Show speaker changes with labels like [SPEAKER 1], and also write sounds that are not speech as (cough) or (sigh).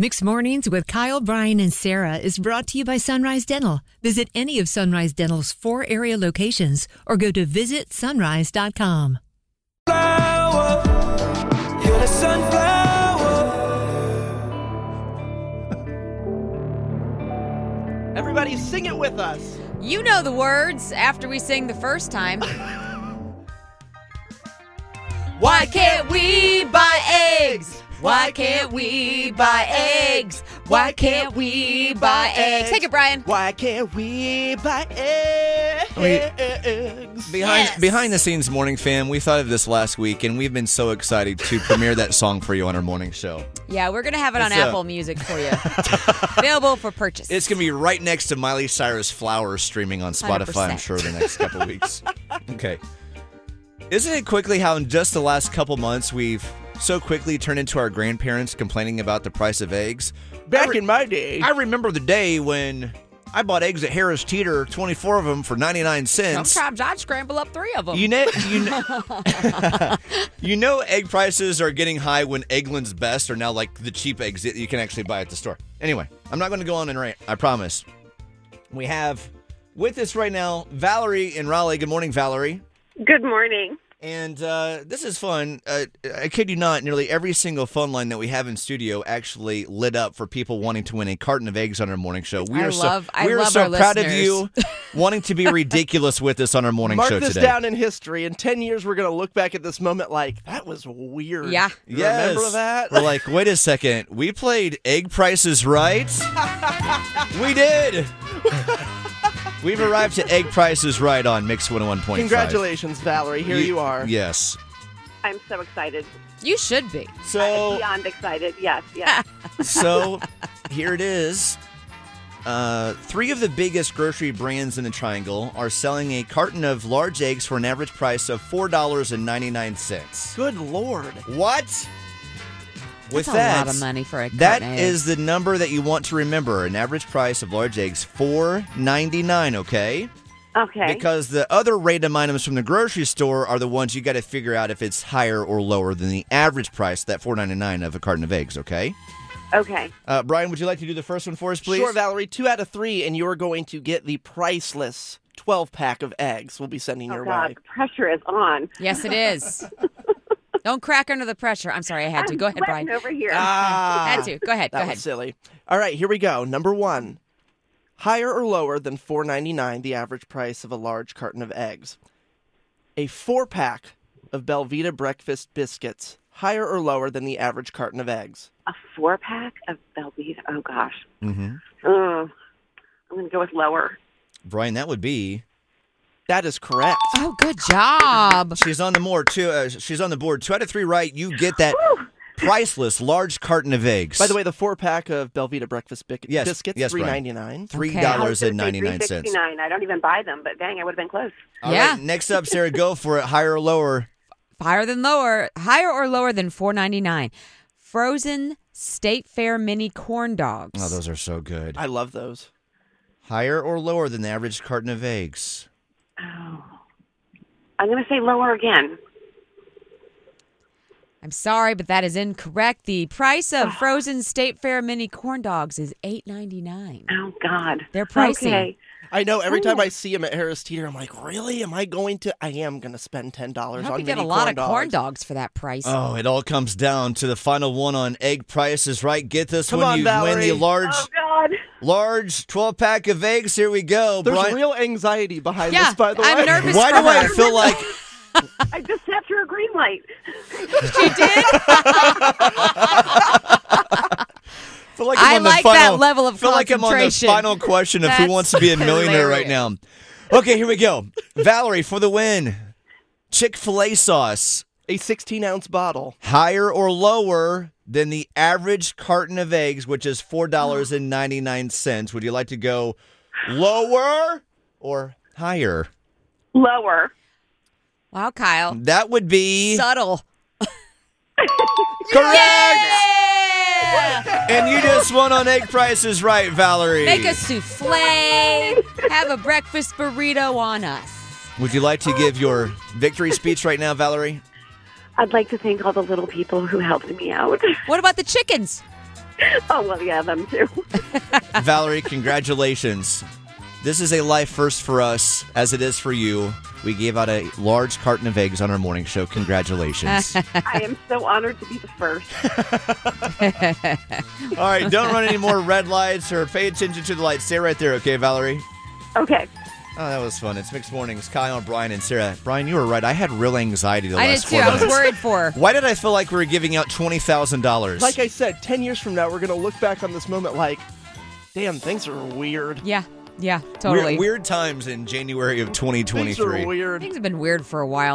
[SPEAKER 1] Mixed Mornings with Kyle, Brian, and Sarah is brought to you by Sunrise Dental. Visit any of Sunrise Dental's four area locations or go to visitsunrise.com.
[SPEAKER 2] Flower, you're the sunflower.
[SPEAKER 3] Everybody sing it with us.
[SPEAKER 4] You know the words after we sing the first time. Why can't we buy eggs? Why can't we buy eggs? Why can't we buy eggs? Take it, Brian.
[SPEAKER 3] Why can't we buy
[SPEAKER 5] Wait.
[SPEAKER 3] eggs?
[SPEAKER 5] Behind
[SPEAKER 4] Yes.
[SPEAKER 5] behind the scenes, morning fam, we thought of this last week, and we've been so excited to premiere that song for you on our morning show.
[SPEAKER 4] Yeah, we're going to have it on
[SPEAKER 5] It's, uh,
[SPEAKER 4] Apple Music for
[SPEAKER 5] (laughs)
[SPEAKER 4] you. Available for purchase.
[SPEAKER 5] It's gonna be right next to Miley Cyrus "Flowers" streaming on Spotify. i am
[SPEAKER 4] 100%.
[SPEAKER 5] sure the next couple weeks. Okay, isn't it quickly how in just the last couple months we've so quickly turned into our grandparents complaining about the price of eggs?
[SPEAKER 3] Back
[SPEAKER 5] I re-
[SPEAKER 3] in my day,
[SPEAKER 5] I remember the day when I bought eggs at Harris Teeter, twenty four of them for ninety nine cents.
[SPEAKER 4] Sometimes I'd scramble up three of them.
[SPEAKER 5] You know, you know, you know, egg prices are getting high when Eggland's Best are now like the cheap eggs that you can actually buy at the store. Anyway, I'm not going to go on and rant. I promise. We have with us right now Valerie in Raleigh. Good morning, Valerie.
[SPEAKER 6] Good morning.
[SPEAKER 5] And uh, this is fun. Uh, I kid you not, nearly every single phone line that we have in studio actually lit up for people wanting to win a carton of eggs on our morning show. We
[SPEAKER 4] I
[SPEAKER 5] are
[SPEAKER 4] love-
[SPEAKER 5] so,
[SPEAKER 4] I
[SPEAKER 5] we are
[SPEAKER 4] love
[SPEAKER 5] so
[SPEAKER 4] our
[SPEAKER 5] proud
[SPEAKER 4] listeners.
[SPEAKER 5] of you wanting
[SPEAKER 4] (laughs)
[SPEAKER 5] to be ridiculous with us on our morning
[SPEAKER 3] mark
[SPEAKER 5] show
[SPEAKER 3] this
[SPEAKER 5] today.
[SPEAKER 3] down in history. In 10 years, we're going to look back at this moment like, that was weird.
[SPEAKER 4] Yeah.
[SPEAKER 3] You
[SPEAKER 5] Yes.
[SPEAKER 3] Remember that?
[SPEAKER 5] We're like, wait a second. We played egg
[SPEAKER 3] (laughs)
[SPEAKER 5] prices right? we did. We've arrived to egg prices right on Mix 101.5.
[SPEAKER 3] Congratulations, Valerie. Here you are.
[SPEAKER 5] Yes.
[SPEAKER 6] I'm so excited.
[SPEAKER 4] You should be.
[SPEAKER 5] So,
[SPEAKER 6] Beyond excited. Yes,
[SPEAKER 5] (laughs)
[SPEAKER 6] yes.
[SPEAKER 5] so here it is. Uh, three of the biggest grocery brands in the triangle are selling a carton of large eggs for an average price of $4.99.
[SPEAKER 3] Good Lord.
[SPEAKER 5] What? With
[SPEAKER 4] That's
[SPEAKER 5] that,
[SPEAKER 4] a lot of money for a
[SPEAKER 5] That
[SPEAKER 4] carton of
[SPEAKER 5] is the number that you want to remember. An average price of large eggs, four ninety nine. Okay?
[SPEAKER 6] Okay.
[SPEAKER 5] Because the other random items from the grocery store are the ones you got to figure out if it's higher or lower than the average price. That four ninety nine of a carton of eggs. Okay.
[SPEAKER 6] okay.
[SPEAKER 5] Uh, Brian, would you like to do the first one for us, please?
[SPEAKER 3] Sure, Valerie. Two out of three, and you're going to get the priceless 12 pack of eggs we'll be sending
[SPEAKER 6] Oh
[SPEAKER 3] your
[SPEAKER 6] God,
[SPEAKER 3] way.
[SPEAKER 6] the pressure is on.
[SPEAKER 4] Yes,
[SPEAKER 3] (laughs)
[SPEAKER 4] it is. Don't crack under the pressure. I'm sorry, I had to. Go ahead,
[SPEAKER 6] Sweating
[SPEAKER 4] Brian.
[SPEAKER 6] over here.
[SPEAKER 3] Ah.
[SPEAKER 4] (laughs) Had to. Go ahead. Go
[SPEAKER 3] That
[SPEAKER 4] ahead.
[SPEAKER 3] was silly. All right, here we go. Number one, higher or lower than four ninety nine, the average price of a large carton of eggs. A four pack of Belvita breakfast biscuits, higher or lower than the average carton of eggs.
[SPEAKER 6] a four pack of Belvita. Oh gosh.
[SPEAKER 5] hmm
[SPEAKER 6] Ugh. I'm gonna go with lower.
[SPEAKER 5] Brian, that would be.
[SPEAKER 3] That is correct.
[SPEAKER 4] Oh, good job.
[SPEAKER 5] She's on the more two. Uh, she's on the board. Two out of three right. You get that priceless large carton of eggs.
[SPEAKER 3] By the way, the four pack of Belvita breakfast bic-
[SPEAKER 5] Yes,
[SPEAKER 3] biscuits,
[SPEAKER 5] yes,
[SPEAKER 3] three
[SPEAKER 5] Brian.
[SPEAKER 3] ninety nine.
[SPEAKER 5] three
[SPEAKER 6] I was
[SPEAKER 5] dollars
[SPEAKER 6] gonna
[SPEAKER 5] and
[SPEAKER 6] say
[SPEAKER 5] ninety nine cents.
[SPEAKER 6] $3.69. I don't even buy them, but dang, I would have been close.
[SPEAKER 5] All right,
[SPEAKER 4] Yeah.
[SPEAKER 5] next up, Sarah, go for it. Higher or lower?
[SPEAKER 4] Higher than lower, higher or lower than 4.99. Frozen State Fair mini corn dogs.
[SPEAKER 5] Oh, those are so good.
[SPEAKER 3] I love those.
[SPEAKER 5] Higher or lower than the average carton of eggs?
[SPEAKER 6] Oh. I'm gonna say lower again.
[SPEAKER 4] I'm sorry, but that is incorrect. The price
[SPEAKER 3] Ah.
[SPEAKER 4] of frozen State Fair mini corn dogs is 8.99.
[SPEAKER 6] Oh God.
[SPEAKER 4] They're pricey.
[SPEAKER 6] Okay.
[SPEAKER 3] I know every
[SPEAKER 4] Oh.
[SPEAKER 3] time I see them at Harris Teeter, I'm like, really? Am I going to? I am going to spend ten
[SPEAKER 4] I
[SPEAKER 3] dollars
[SPEAKER 4] hope
[SPEAKER 3] on
[SPEAKER 4] you get a
[SPEAKER 3] mini
[SPEAKER 4] lot
[SPEAKER 3] corn
[SPEAKER 4] of corn
[SPEAKER 3] dogs.
[SPEAKER 4] dogs for that price.
[SPEAKER 5] Oh, it all comes down to the final one on egg prices, right? Get this
[SPEAKER 3] Come
[SPEAKER 5] one.
[SPEAKER 3] on,
[SPEAKER 5] you win
[SPEAKER 3] Valerie.
[SPEAKER 5] the large,
[SPEAKER 6] Oh God.
[SPEAKER 5] large twelve pack of eggs. Here we go,
[SPEAKER 3] There's
[SPEAKER 5] Brian.
[SPEAKER 3] real anxiety behind
[SPEAKER 4] Yeah,
[SPEAKER 3] this, by the
[SPEAKER 4] I'm
[SPEAKER 3] way.
[SPEAKER 4] nervous
[SPEAKER 5] Why
[SPEAKER 4] for
[SPEAKER 5] do I
[SPEAKER 4] her.
[SPEAKER 5] feel like
[SPEAKER 6] I just have through a green light.
[SPEAKER 5] feel
[SPEAKER 4] (laughs)
[SPEAKER 5] like
[SPEAKER 4] I
[SPEAKER 5] I'm on the
[SPEAKER 4] like that
[SPEAKER 5] final,
[SPEAKER 4] level of
[SPEAKER 5] feel like I'm on the
[SPEAKER 4] concentration.
[SPEAKER 5] final question of who
[SPEAKER 4] That's
[SPEAKER 5] wants to be a millionaire right now? Okay, here we go. Valerie for the win. Chick Fil A sauce
[SPEAKER 3] A 16 ounce bottle.
[SPEAKER 5] higher or lower than the average carton of eggs, which is four dollars and ninety nine cents. Would you like to go lower or higher?
[SPEAKER 6] Lower.
[SPEAKER 4] Wow,
[SPEAKER 5] (laughs)
[SPEAKER 4] Kyle.
[SPEAKER 5] That would be
[SPEAKER 4] Subtle.
[SPEAKER 5] correct.
[SPEAKER 4] Yeah!
[SPEAKER 5] And you just won on egg prices, right, Valerie?
[SPEAKER 4] Make a souffle. Have a breakfast burrito on us.
[SPEAKER 5] Would you like to give your victory speech right now, Valerie?
[SPEAKER 6] I'd like to thank all the little people who helped me out. (laughs)
[SPEAKER 4] What about the chickens?
[SPEAKER 6] Oh, well, yeah, them too.
[SPEAKER 5] Valerie, congratulations. This is a life first for us, as it is for you. We gave out a large carton of eggs on our morning show. Congratulations.
[SPEAKER 6] I am so honored to be the first.
[SPEAKER 5] All right, don't run any more red lights or pay attention to the lights. Stay right there, okay, Valerie?
[SPEAKER 6] Okay.
[SPEAKER 5] Oh, that was fun. It's mixed mornings. Kyle, Brian, and Sarah. Brian, you were right. I had real anxiety the
[SPEAKER 4] I did
[SPEAKER 5] last
[SPEAKER 4] too.
[SPEAKER 5] four
[SPEAKER 4] I was
[SPEAKER 5] minutes.
[SPEAKER 4] worried for her.
[SPEAKER 5] Why did I feel like we were giving out twenty thousand dollars?
[SPEAKER 3] Like I said, 10 years from now, we're going to look back on this moment like, damn, things are weird.
[SPEAKER 4] Yeah, yeah, totally.
[SPEAKER 5] weird, weird times in January of
[SPEAKER 3] Things are
[SPEAKER 5] 2023.
[SPEAKER 3] weird.
[SPEAKER 4] Things have been weird for a while.